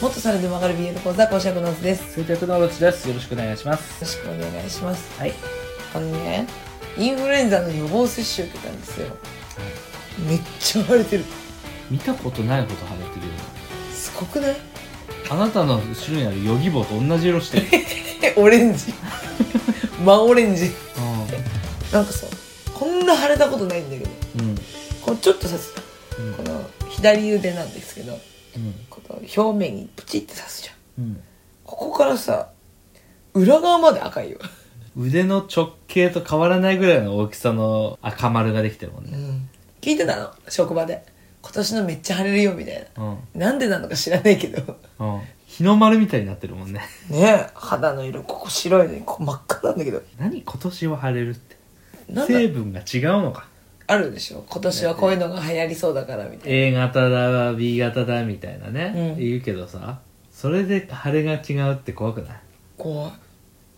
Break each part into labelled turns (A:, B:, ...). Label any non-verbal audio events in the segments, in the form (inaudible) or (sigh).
A: おしゃれで曲がる BL 講座講師役のうつです
B: 接客のロチです。よろしくお願いします。
A: よろしくお願いします
B: はい。
A: あのねインフルエンザの予防接種受けたんですよめっちゃ腫れてる
B: 見たことないほど腫れてるよね。
A: すごくない (laughs)
B: あなたの後ろにあるヨギボーと同じ色してる。
A: えオレン
B: (laughs)
A: ジ真オレンジ
B: う
A: なんかさこんな腫れたことないんだけど
B: ん。うん。
A: こうちょっとさ
B: うん
A: この左腕なんですけどこの表面にプチって刺すじゃん
B: うん。
A: ここからさ裏側まで赤いよ、
B: うん。腕の直径と変わらないぐらいの大きさの赤丸ができてるもんね。
A: 聞いてたの職場で今年のめっちゃ腫れるよみたい
B: うん。
A: ななんでなのか知らないけど
B: うん。日の丸みたいになってるもんね。
A: ねえ肌の色ここ白いのにここ真っ赤なんだけど
B: 何今年は腫れるって。
A: なんだ
B: 成分が違うのか。
A: あるでしょ今年はこういうのが流行りそうだからみたい
B: A 型だ、B 型だみたいなね。
A: うん
B: 言うけどさ、それで腫れが違うって怖くない
A: なこ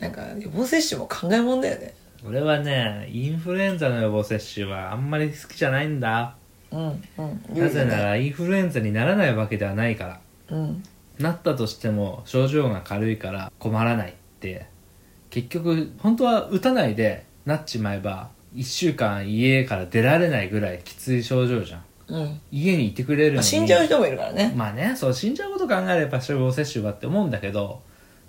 A: うなんか予防接種も考えもんだよね
B: 俺はねインフルエンザの予防接種はあんまり好きじゃないんだ
A: うんうん
B: なぜならインフルエンザにならないわけではないか
A: う
B: ら
A: ん
B: なったとしても症状が軽いから困らないって結局本当は打たないでなっちまえば1週間家から出られないぐらいきつい症状じゃん
A: うん、
B: 家にいてくれるの
A: まあ、
B: に
A: 死んじゃう人もいるからね
B: (laughs) まあねそう死んじゃうこと考えれば予防接種はって思うんだけど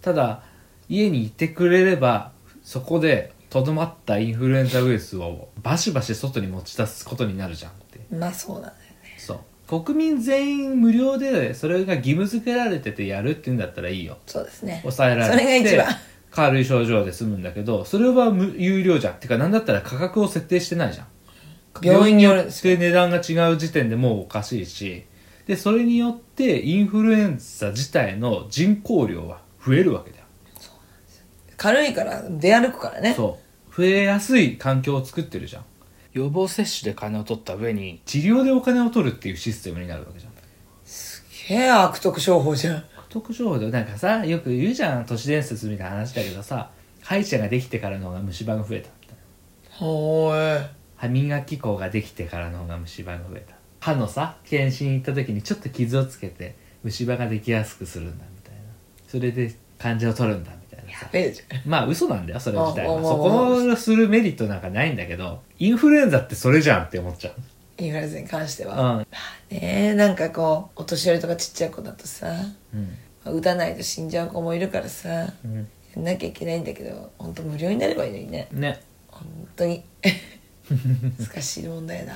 B: ただ家にいてくれればそこでとどまったインフルエンザウイルスをバシバシ外に持ち出すことになるじゃんって
A: まあそうなんだよね
B: そう国民全員無料でそれが義務付けられててやるっていうんだったらいいよ
A: そうですね
B: 抑えられて
A: それが一番
B: 軽い症状で済むんだけどそれは無有料じゃんてかなんだったら価格を設定してないじゃん
A: 病院によるんですよ
B: で値段が違う時点でもうおかしいしでそれによってインフルエンザ自体の人口量は増えるわけだよ
A: 軽いから出歩くからね
B: そう増えやすい環境を作ってるじゃん予防接種で金を取った上に治療でお金を取るっていうシステムになるわけじゃん
A: へえ悪徳商法じゃん
B: 悪徳商法でなんかさよく言うじゃん都市伝説みたいな話だけどさ歯医者ができてからの方が虫歯が増えたみたいな
A: ほーい
B: 歯磨き粉ができてからの方が虫歯が増えた歯のさ検診行った時にちょっと傷をつけて虫歯ができやすくするんだみたいなそれで患者を取るんだみたいなさ
A: ええじゃん
B: まあ嘘なんだよそれ自体
A: ああ
B: は
A: あ
B: そこをするメリットなんかないんだけどインフルエンザってそれじゃんって思っちゃ
A: インフルエンザに関しては、
B: う
A: ねえなんかこうお年寄りとかちっちゃい子だとさ
B: うん
A: 打たないと死んじゃう子もいるからさや
B: うん、
A: んなきゃいけないんだけど本当無料になればいいのにね
B: うん、ね
A: 本当に難しい問題だ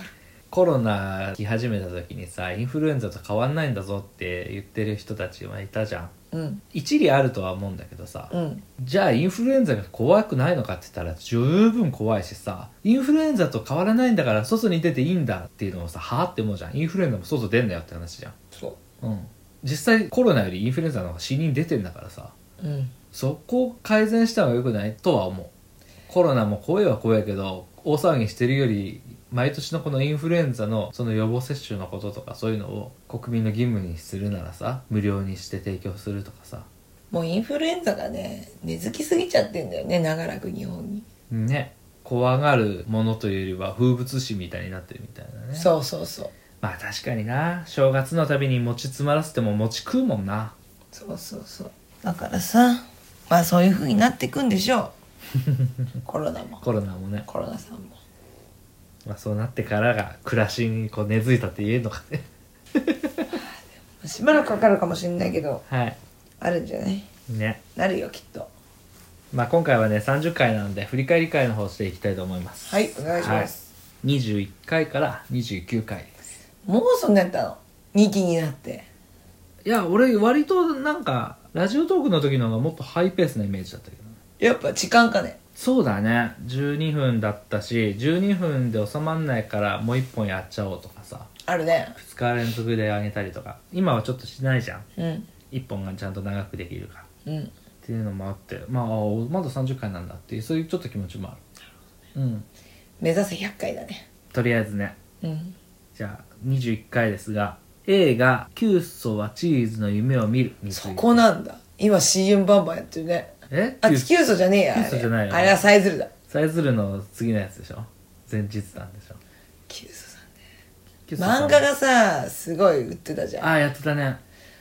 B: コロナ来始めた時にさインフルエンザと変わんないんだぞって言ってる人たちはいたじゃん
A: うん
B: 一理あるとは思うんだけどさ、
A: うん
B: じゃあインフルエンザが怖くないのかって言ったら十分怖いしさインフルエンザと変わらないんだから外に出ていいんだっていうのをさはあって思うじゃんインフルエンザも外出んなよって話じゃん
A: そ
B: うん実際コロナよりインフルエンザの方が死人出てんだからさ
A: ううん
B: そこを改善した方が良くないとは思うコロナも怖いは怖いけど大騒ぎしてるより毎年のこのインフルエンザのその予防接種のこととかそういうのを国民の義務にするならさ無料にして提供するとかさ
A: もうインフルエンザがね根付きすぎちゃってんだよね長らく日本に、
B: ね怖がるものというよりは風物詩みたいになってるみたいなね
A: そうそうそう
B: まあ確かにな正月のたびに餅詰まらせても餅食うもんな
A: そうそうそうだからさまあそういう風になっていくんでしょうコロナも
B: コロナもね、
A: コロナさんも
B: まあ、そうなってからが暮らしにこう根付いたって言えるのかね
A: しばらくかかるかもしれないけど
B: はい
A: あるんじゃない
B: ね
A: なるよきっと
B: まあ今回はね30回なので振り返り会の方していきたいと思います
A: はいお願いします、
B: はい、21回から29回です
A: もうそんなやったの2期になって
B: いや俺割となんかラジオトークの時の方がもっとハイペースなイメージだったけどね
A: やっぱ時間かね
B: そうだね12分だったし12分で収まんないからもう1本やっちゃおうとかさ
A: あるね
B: 2日連続で上げたりとか今はちょっとしないじゃん
A: うん
B: 1本がちゃんと長くできるから
A: うん
B: っていうのもあってまああまだ30回なんだっていうそういうちょっと気持ちもあるうん
A: 目指せ100回だね
B: とりあえずね
A: うん
B: じゃあ21回ですが映画「キュウソはチーズの夢を見る」につい
A: そ
B: て
A: こなんだ今 CM バンバンやってるね
B: え
A: あ
B: キュウ
A: 地球嘘じゃねえやあれ
B: 地球嘘じゃないよ
A: あれはさえずるだ
B: さえずるの次のやつでしょ前日なんでしょ
A: 地球嘘さんね
B: キュウソさん
A: 漫画がさすごい売ってたじゃん
B: ああやってたね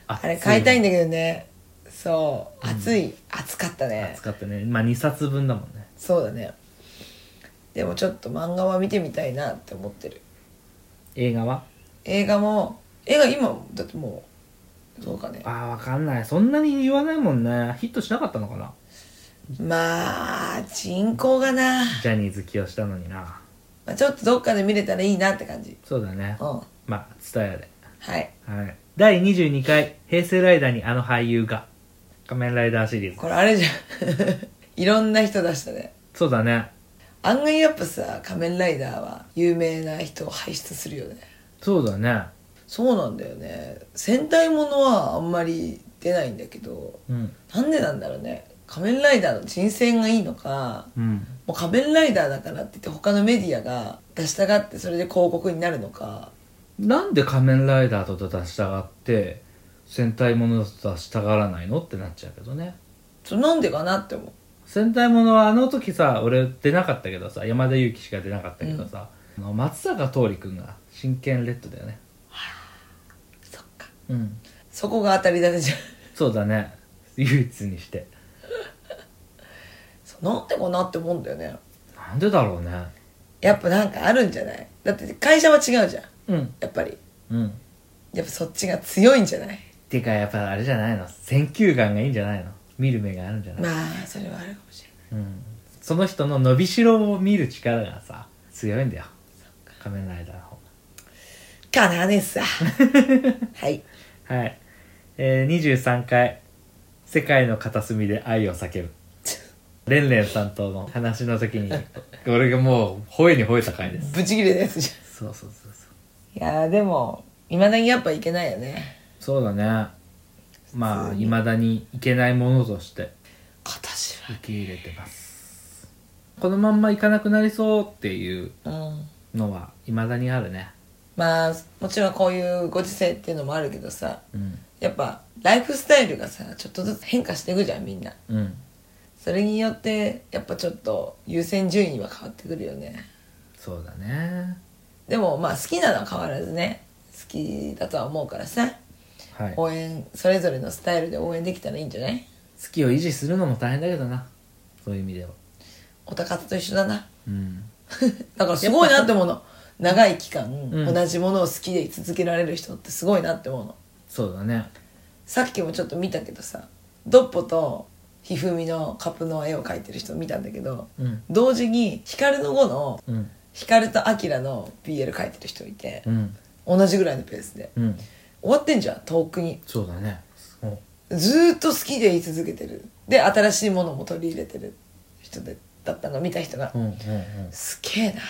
A: あれ買いたいん
B: だ
A: だけどねそう暑い、暑かったね
B: 暑かったねまあ2冊分だもんね
A: そうだねでもちょっと漫画は見てみたいなって思ってる
B: 映画は
A: 映画も映画今だってもうそうかね
B: ああわかんないそんなに言わないもんねヒットしなかったのかな
A: まあ人口がな、
B: ジャニーズ起用したのにな
A: まあ、ちょっとどっかで見れたらいいなって感じ
B: そうだね
A: うんは
B: まあ伝えで
A: い
B: はい第22回「平成ライダーにあの俳優が」仮面ライダーシリーズ
A: これあれじゃん (laughs) いろんな人出したね
B: そうだね
A: 案外やっぱさ仮面ライダーは有名な人を輩出するよね
B: そうだね
A: そうなんだよね戦隊ものはあんまり出ないんだけど
B: うん
A: なんでなんだろうね仮面ライダーの人選がいいのか
B: うん
A: もう仮面ライダーだからって言って他のメディアが出したがってそれで広告になるのか
B: なんで仮面ライダーと出したがって戦隊ものと出したがらないのってなっちゃうけどね
A: そうなんでかなって思う
B: 戦隊ものはあの時さ俺出なかったけどさ山田裕貴しか出なかったけどさ、あの松坂桃李君が真剣レッドだよね
A: そっか
B: うん
A: そこが当たりだじゃん
B: そうだね唯一にして
A: そうなんでかなって思うんだよね
B: なんでだろうね
A: やっぱなんかあるんじゃないだって会社は違うじゃん
B: うん
A: やっぱり
B: うん
A: やっぱそっちが強いんじゃない
B: てかやっぱあれじゃないの選球眼がいいんじゃないの見る目があるんじゃない、
A: まあそれはあるかもしれない
B: うん、その人の伸びしろを見る力がさ強いんだよ仮面ライダーの方
A: かなね (laughs) さはい
B: がはい、えー、23回「世界の片隅で愛を叫ぶ」レンレンさんとの話の時に俺がもう吠えに吠えた回です
A: ブチギレのやつじ
B: そうそうそうそう
A: ゃんいやーでもいまだにやっぱいけないよね
B: そうだねま
A: 普
B: あ
A: 通
B: い
A: に
B: まだにいけないものとして
A: 形
B: 受け入れてますこのまんまいかなくなりそうっていう
A: はうん
B: のは未だにあるね
A: まあもちろんこういうご時世っていうのもあるけどさ
B: うん
A: やっぱライフスタイルがさちょっとずつ変化していくじゃんみんな
B: うん
A: それによってやっぱちょっと優先順位は変わってくるよね
B: そうだね
A: でもまあ好きなのは変わらずね好きだとは思うからさ
B: はい好
A: 応援それぞれのスタイルで応援できたらいいんじゃない
B: きを維持するのも大変だけどなそういう意味では
A: おたかたと一緒だな
B: うん
A: だからすごいなって思うの長い期間、
B: ん
A: 同じものを好きでい続けられる人ってすごいなって思うの
B: そうだね
A: さっきもちょっと見たけどさドッポとひふみのカップの絵を描いてる人見たんだけど、
B: うん
A: 同時に光の碁の
B: うん
A: 光とアキラの BL 描いてる人いて、
B: うん
A: 同じぐらいのペースで
B: うん
A: 終わってんじゃん遠くに
B: そうだねそう
A: ずーっと好きでい続けてるで新しいものも取り入れてる人でだったの見た人が、
B: うんうんうん
A: すげえな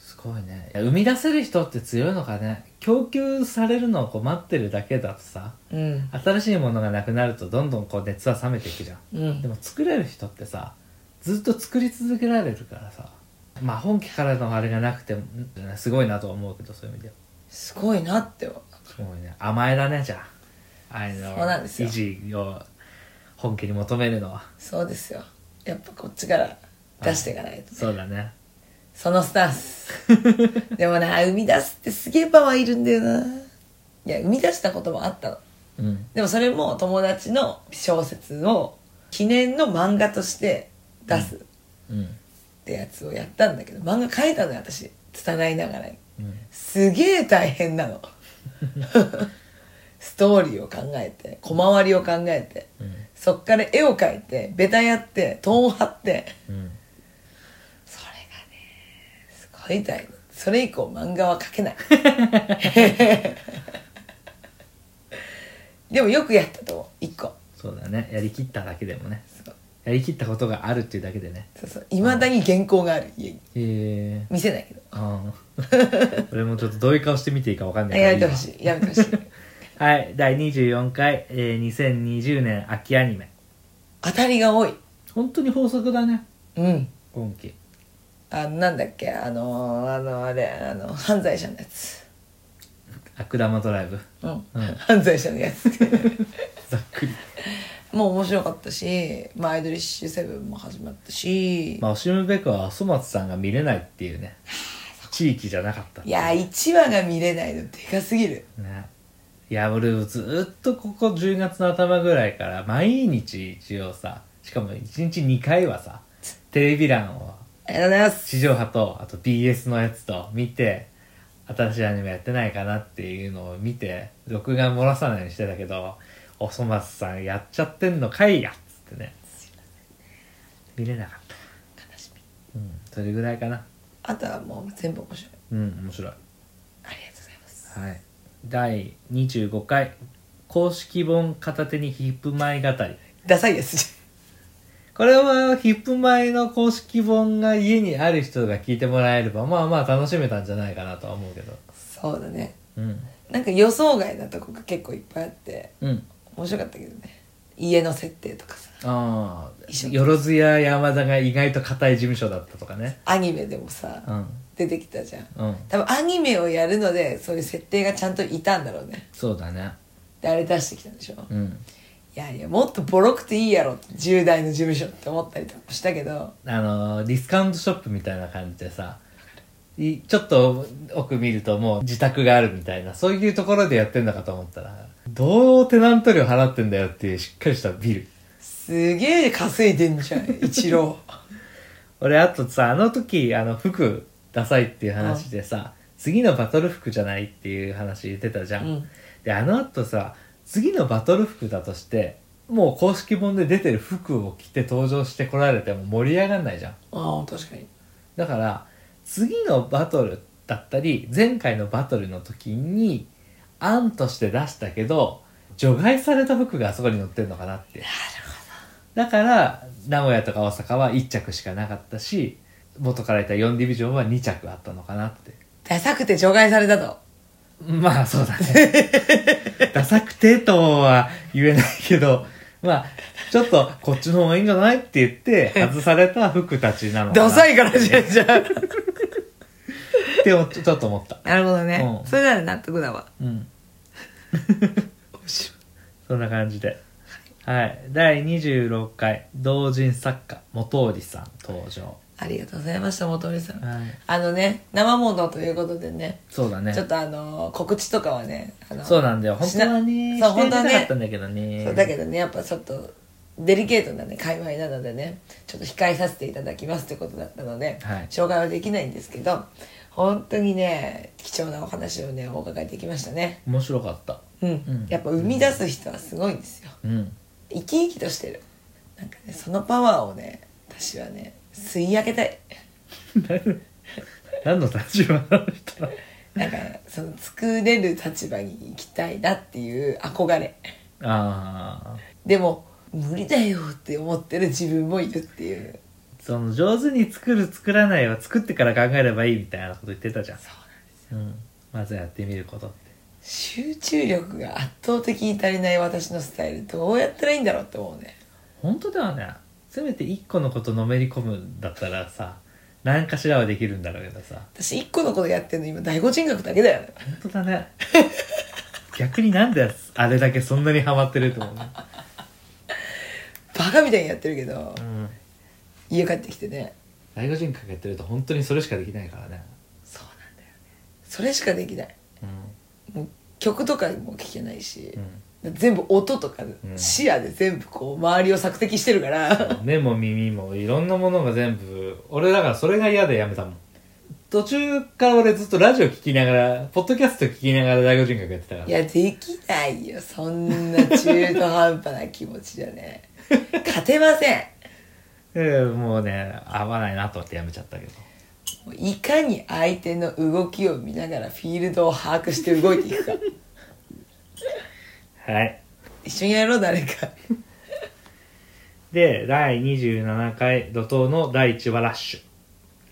B: すごいねいや生み出せる人って強いのかね供給されるのをこう待ってるだけだとさ
A: うん
B: 新しいものがなくなるとどんどんこう熱は冷めていくじゃん
A: うん
B: でも作れる人ってさずっと作り続けられるからさまあ本家からのあれがなくてもんすごいなとは思うけどそういう意味では
A: すごいなって思う
B: すごいね甘えだねじゃああれの
A: そうなんですよ
B: 維持を本家に求めるのは
A: そうですよやっぱこっちから出していかないと、
B: そうだ (laughs) ね
A: そのスタンスでもな生み出すってすげえパワーいるんだよないや生み出したこともあったの
B: うん
A: でもそれも友達の小説を記念の漫画として出すっ
B: うん
A: てやつをやったんだけど漫画描いたのよ私拙いながらに
B: うん
A: すげえ大変
B: (laughs)
A: なのストーリーを考えて小回りを考えて
B: うん
A: そっから絵を描いてベタやってトーン張って
B: うん
A: それがねすごい大変それ以降漫画は描けない
B: (laughs)
A: でもよくやったと思う一個
B: そうだねやりきっただけでもね
A: そう
B: やりきったことがあるっていうだけでね
A: そうそういまだに原稿がある家に
B: へえ
A: 見せないけど
B: ああ (laughs) 俺もちょっとどういう顔して見ていいかわかんないから
A: やめてほしいやめてほしい
B: はい第24回、えー、2020年秋アニメ
A: 当たりが多い
B: 本当に法則だね
A: うん
B: 今期
A: あのなんだっけあのーあのあれあの犯罪者のやつ
B: 悪玉ドライブ
A: うん、
B: うん
A: 犯罪者のやつ
B: ざっ
A: (laughs)
B: くり
A: もう面白かったし、まあ、アイドリッシュセブンも始まったし、
B: まあオシムベクは粗松さんが見れないってい
A: (sighs)
B: うね地域じゃなかった
A: いや1話が見れないのでかすぎる
B: ねいいや俺ずっとここ10月の頭ぐらいから毎日一応さしかも1日2回はさテレビ欄を
A: ありがとうございます
B: 地上波とあと BS のやつと見て新しいアニメやってないかなっていうのを見て録画漏らさないようにしてたけど「おそ松さんやっちゃってんのかいや」っつってね見れなかった
A: 悲しみ
B: うんそれぐらいかな
A: あとはもう全部面白い
B: うん面白い
A: ありがとうございます
B: はい第25回公式本片手にヒップ前語り
A: ダサいです
B: これはヒップ前の公式本が家にある人が聞いてもらえればまあまあ楽しめたんじゃないかなとは思うけど
A: (laughs) そうだね
B: うん
A: なんか予想外なとこが結構いっぱいあって
B: うん
A: 面白かったけどね家の設定とかさ
B: あ
A: 一
B: あ
A: 緒
B: よろずや山田が意外と硬い事務所だったとかね
A: アニメでもさ、
B: うん
A: 出てきたじゃん
B: うん
A: 多分アニメをやるのでそういう設定がちゃんといたんだろうね
B: そうだね
A: であれ出してきたんでしょ、
B: う
A: い
B: ん
A: やいやもっとボロくていいやろ10代の事務所って思ったりとかもしたけど
B: あのーディスカウントショップみたいな感じでさいちょっと奥見るともう自宅があるみたいなそういうところでやってんだかと思ったらどうテナント料払ってんだよっていうしっかりしたビル
A: すげえ稼いでんじゃん一 (laughs) 郎
B: 俺あとさあの時あの服ダサいっていう話でさ次のバトル服じゃないっていう話言ってたじゃん、
A: うん
B: であの後さ次のバトル服だとしてもう公式本で出てる服を着て登場してこられても盛り上がんないじゃん
A: ああ確かに
B: だから次のバトルだったり前回のバトルの時に案として出したけど除外された服があそこに載ってるのかなってだから名古屋とか大阪は1着しかなかったし元からいた4ディビジョンは2着あったのかなって
A: ダサくて除外されたと
B: まあそうだね
A: (laughs)
B: ダサくてとは言えないけどまあちょっとこっちの方がいいんじゃないって言って外された服たちなのか
A: ダ
B: なっ
A: サいからじゃんじゃん
B: て思っちょっと思った
A: なるほどね、
B: うん
A: それなら納得だわ
B: うん
A: 面白い
B: そんな感じで。はい。第26回、同人作家、元織さん登場。
A: ありがとうございました元森さん、
B: はい。
A: あのね生ものということでね
B: そうだね。
A: ちょっとあの告知とかはねあの
B: そうなんだよ。本当は
A: し
B: ね、
A: なそう本
B: して
A: 当は
B: なかっ
A: ね
B: たんだけどね。
A: そうだけどねやっぱちょっとデリケートなね界隈なのでねちょっと控えさせていただきますということだったので、
B: はい
A: 紹介はできないんですけど本当にね貴重なお話をねお伺いできましたね
B: 面白かった。
A: うん、
B: ん
A: やっぱ生み出す人はすごいんですよ (laughs)
B: うん。
A: 生き生きとしてるなんかねそのパワーをね私はね吸い上げたい
B: 何の立場なの人なの
A: なんかその作れる立場に行きたいなっていう憧れ
B: ああ。
A: でも無理だよって思ってる自分もいるっていう
B: その、上手に作る、作らないは作ってから考えればいいみたいなこと言ってたじゃん。
A: そうなんです
B: うん。まずはやってみることって。
A: 集中力が圧倒的に足りない私のスタイルどうやったらいいんだろうって思うね
B: 本当だよね。せめて一個のことのめり込むんだったらさ、何かしらはできるんだろうけどさ。
A: 私一個のことやってるの今第五人格だけだよね
B: 本当だ (laughs) ね逆になんであれだけそんなにハマってると思うね、
A: バカみたいにやってるけど
B: うん、
A: 家帰ってきてね
B: 外国人かけてると本当にそれしかできないからね、
A: そうなんだよねそれしかできないもう曲とかも聴けないし、全部音とか
B: ん
A: 視野で全部こう周りを索敵してるから、
B: 目も耳もいろんなものが全部俺だからそれが嫌でやめたもん途中から俺ずっとラジオ聞きながらポッドキャスト聞きながら外国人かやってたか
A: い
B: ら
A: やできないよそんな中途半端な気持ちじゃ
B: (laughs)
A: ね勝てません
B: ええもうね合わないなと思ってやめちゃったけど
A: いかに相手の動きを見ながらフィールドを把握して動いてい
B: (laughs)
A: くか
B: はい
A: 一緒にやろう誰か
B: で第27回怒涛の第1話ラッシュ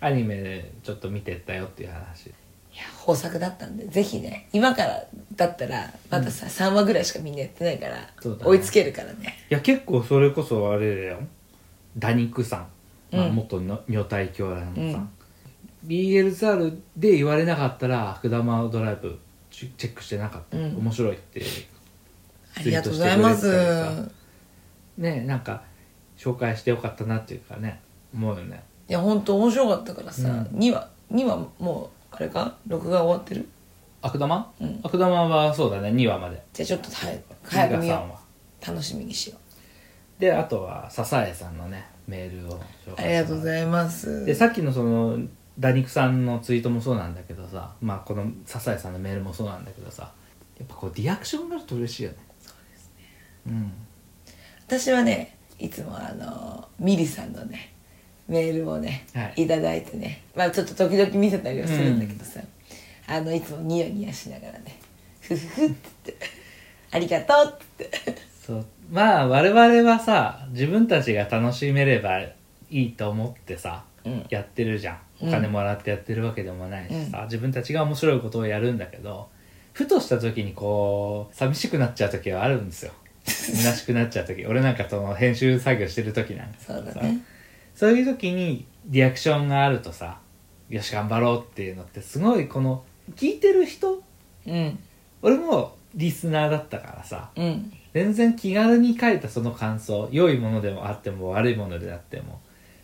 B: アニメでちょっと見てったよっていう話
A: いや豊作だったんでぜひね今からだったらまださ、3話ぐらいしかみんなやってないから、
B: そうだね
A: 追いつけるからね
B: いや結構それこそあれだよダニクさん、まあ、
A: うん
B: 元の女体狂乱さん、
A: うん
B: BLZR で言われなかったら「悪玉ドライブ」チェチェックしてなかった、
A: うん
B: 面白いって
A: ありがとうございます
B: ツイートしてくれてたりねなんか紹介してよかったなっていうかね思うよね
A: いや本当面白かったからさ、
B: うん
A: 2話2話もうあれか録画終わってる
B: 悪玉、
A: うん
B: 悪玉はそうだね2話まで
A: じゃあちょっと早く
B: リ
A: 早
B: ガ
A: く見
B: さ
A: よ
B: んは
A: う楽しみにしよ
B: であとは笹江さんのねメールを紹
A: うありがとうご
B: い
A: ざいます
B: でさっきのそのダニクさんのツイートもそうなんだけどさまあこの笹江さんのメールもそうなんだけどさやっぱこうリアクションがあると嬉しいよねそうですね
A: 私はねいつもあのミリさんのねメールをね、
B: はい
A: い、ただいてねまあちょっと時々見せたりはするんだけどさ、あのいつもニヤニヤしながらね「ふふふ」って言って (laughs) 「ありがとう」って言って
B: うんそうまあ我々はさ自分たちが楽しめればいいと思ってさ、
A: うん
B: やってるじゃん
A: うん
B: お金もらってやってるわけでもないしさ、自分たちが面白いことをやるんだけどふとした時にこう寂しくなっちゃう時はあるんで
A: (laughs)
B: すよ虚しくなっちゃう時俺なんかその編集作業してる時なんかさ
A: そうだね
B: そういう時にリアクションがあるとさよし頑張ろうっていうのってすごいこの聞いてる人
A: うん
B: 俺もリスナーだったからさ
A: うん
B: 全然気軽に書いたその感想良いものでもあっても悪いものであっても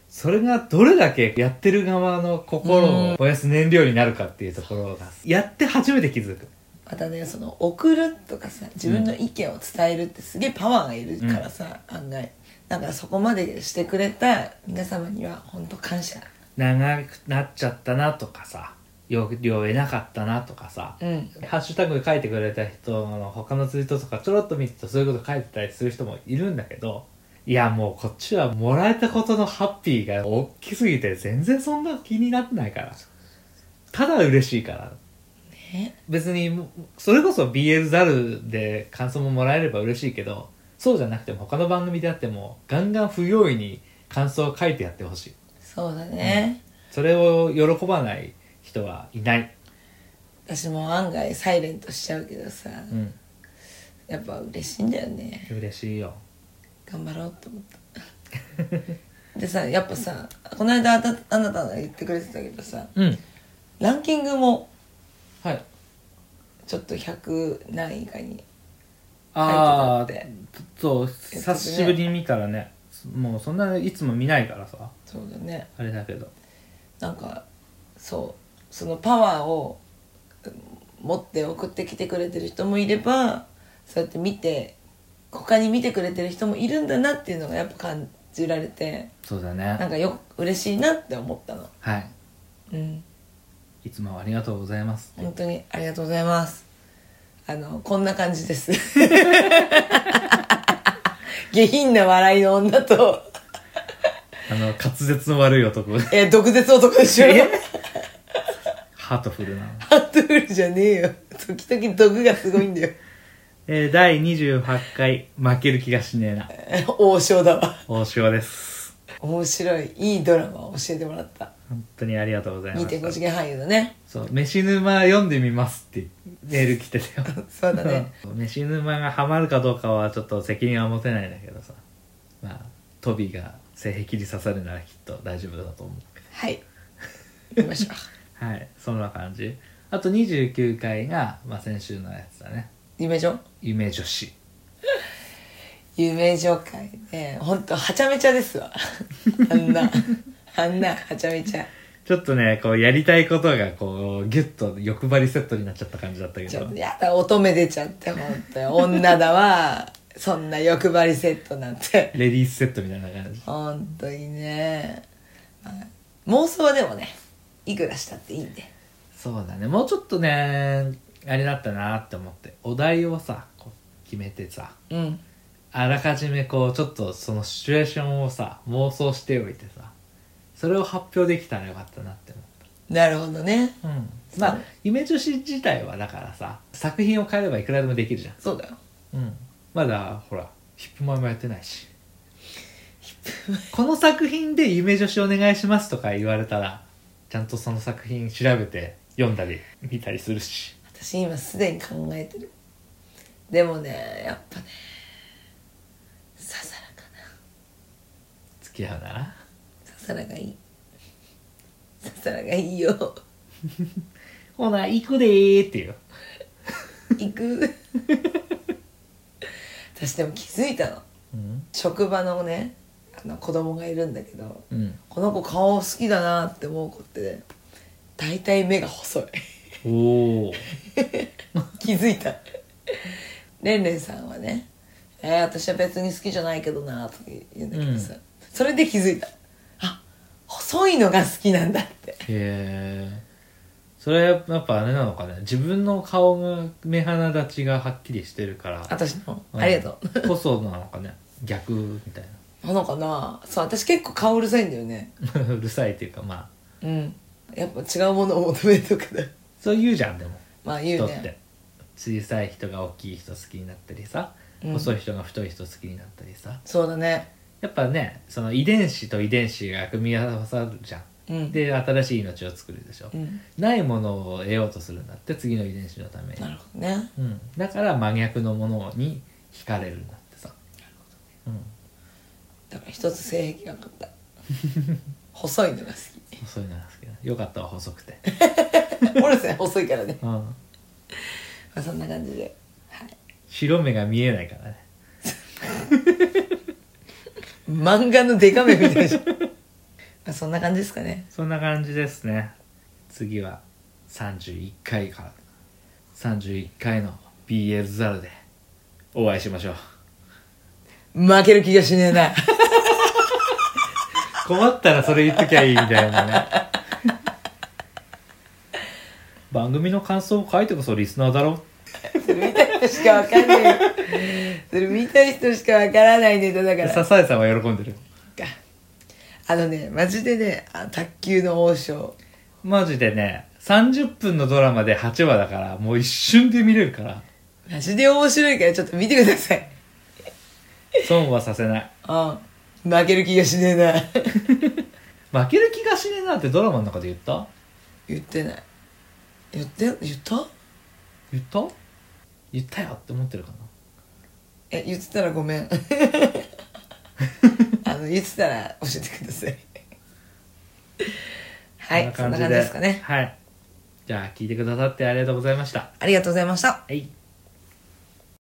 B: それがどれだけやってる側の心を燃やす燃料になるかっていうところがやって初めて気づく
A: またねその送るとかさ自分の意見を伝えるってすげえパワーがいるからさ、案外だからそこまでしてくれた皆様には本当感謝
B: 長くなっちゃったなとかさ要領得なかったなとかさ、
A: うん
B: ハッシュタグ書いてくれた人の他のツイートとかちょろっと見てるとそういうこと書いてたりする人もいるんだけどいやもうこっちはもらえたことのハッピーが大きすぎて全然そんな気になってないからただ嬉しいから
A: ね
B: 別にもうそれこそ BL ザルで感想ももらえれば嬉しいけどそうじゃなくても他の番組であってもガンガン不用意に感想を書いてやってほしい
A: そうだね、
B: それを喜ばない人はいない、
A: 私も案外サイレントしちゃうけどさ、
B: うん、
A: やっぱ嬉しいんだよね
B: 嬉しいよ
A: 頑張ろうと思ったでさやっぱさこの間あたあなたが言ってくれてたけどさ
B: うん
A: ランキングも
B: はい
A: ちょっと100何位以下に
B: あ
A: 書
B: あ
A: いてたって
B: そう久しぶりに見たらねもうそんないつも見ないからさ
A: そうだね
B: あれだけど
A: なんかそうそのパワーをうん持って送ってきてくれてる人もいればそうやって見て他に見てくれてる人もいるんだなっていうのがやっぱ感じられて
B: そうだ
A: なん
B: ね
A: かよ嬉しいなって思ったの
B: はい
A: うん
B: いつもありがとうございます
A: 本当にありがとうございますあのこんな感じです
B: (laughs)
A: 下品な笑いの女と
B: あの滑舌の悪い男 (laughs)
A: えー毒舌男でしょ
B: ハートフルな
A: ハットフルじゃねえよ時々毒がすごいんだよ
B: えー、第28回「負ける気がしねえな
A: 王将だわ」
B: 大塩です
A: 面白いいいドラマを教えてもらった
B: 本当にありがとうございま
A: 2.5
B: す
A: 次元俳優のね
B: そう「飯沼読んでみます」ってメール来てたよ
A: (laughs) そうだね
B: 飯沼がハマるかどうかはちょっと責任は持てないんだけどさまあトビが性癖に刺さるならきっと大丈夫だと思う
A: はい見ましょう
B: はいそんな感じあと29回が、まあ、先週のやつだね
A: 夢女
B: 夢女子
A: 夢女会ねほんとはちゃめちゃですわあんなあんなはちゃめちゃ
B: ちょっとねこうやりたいことがこうギュッと欲張りセットになっちゃった感じだったけ
A: ちょっ
B: ど
A: とやだ乙女出ちゃってほん (laughs) とに女だわそんな欲張りセットなんて
B: レディースセットみたいな感じ
A: ほんとにね、まあ妄想はでもねいくらしたっていいんで
B: そうだねもうちょっとねあれだったなって思ってお題をさこう決めてさ
A: うん
B: あらかじめこうちょっとそのシチュエーションをさ妄想しておいてさそれを発表できたらよかったなって思っ
A: なるほどね
B: た、うん、まあ夢女子自体はだからさ作品を変えればいくらでもできるじゃ
A: そうだよ
B: ん、うん、まだほらヒップマイもやってないしこの作品で夢女子お願いしますとか言われたらちゃんとその作品調べて読んだり見たりするし
A: 私今すでに考えてるでもねやっぱねささらかな
B: 付き合うなら
A: ささらがいいささらがいいよ
B: ほな行くでーっていう
A: 行く私でも気づいたの
B: うん
A: 職場のねあの子供がいるんだけど
B: うん
A: この子顔好
B: (laughs)
A: きだなって思う子って大体目が細い
B: おお
A: 気づいたレンレンさんはね「えー、私は別に好きじゃないけどな」とか言うんだけどさ、
B: う
A: それで気づいたあ細いのが好きなんだって
B: へえそれはやっぱあれなのかね自分の顔が目鼻立ちがはっきりしてるから、
A: 私の、
B: うん
A: ありがとう
B: こそなのかね逆みたい
A: なのかなそう私結構顔うるさいんだよね
B: な (laughs) うるさいっていうかまあ
A: うんやっぱ違うものを求めるとかだ
B: そう言うじゃんでも
A: まあ言
B: 人
A: う
B: って、
A: ね
B: 小さい人が大きい人好きになったりさ、
A: うん
B: 細い人が太い人好きになったりさ
A: そうだね
B: やっぱねその遺伝子と遺伝子が組み合わさるじゃん
A: うん
B: で新しい命を作るでしょ、
A: うん
B: ないものを得ようとするんだって次の遺伝子のために
A: なるほどね
B: うん、だから真逆のものに惹かれるんだってさ
A: だから一つ性癖が分かった (laughs) 細いのが好
B: うん、そういうのが好きなよかったわ細く
A: (laughs)
B: て、
A: き (laughs) 俺ですね細いからね、
B: うん、
A: まあ、そんな感じではい
B: 白目が見えないからね
A: 漫画のデカめみたいなまあそんな感じですかね
B: そんな感じですね次は31回から31回の BL ザルでお会いしましょう
A: 負ける気がしねえな
B: 困ったらそれ言っときゃいいみたいなね番組の感想を書いてこそリスナーだろ
A: それ見たい人しかわかんないそれ見たい人しかわからないネタだから
B: 笹井さんは喜んでる
A: あのねマジでねあ卓球の王将
B: マジでね30分のドラマで8話だからもう一瞬で見れるから
A: マジで面白いからちょっと見てください
B: 損はさせない
A: うん負ける気がしねえな
B: 負ける気がしねえなってドラマの中で言った
A: 言ってない言って言った
B: 言った言ったよって思ってるかな
A: え言ってたらごめ (laughs) んあの言ってたら教えてくださいはいそんな感じですかね
B: はいじゃあ聞いてくださってありがとうございました
A: ありがとうございました
B: はい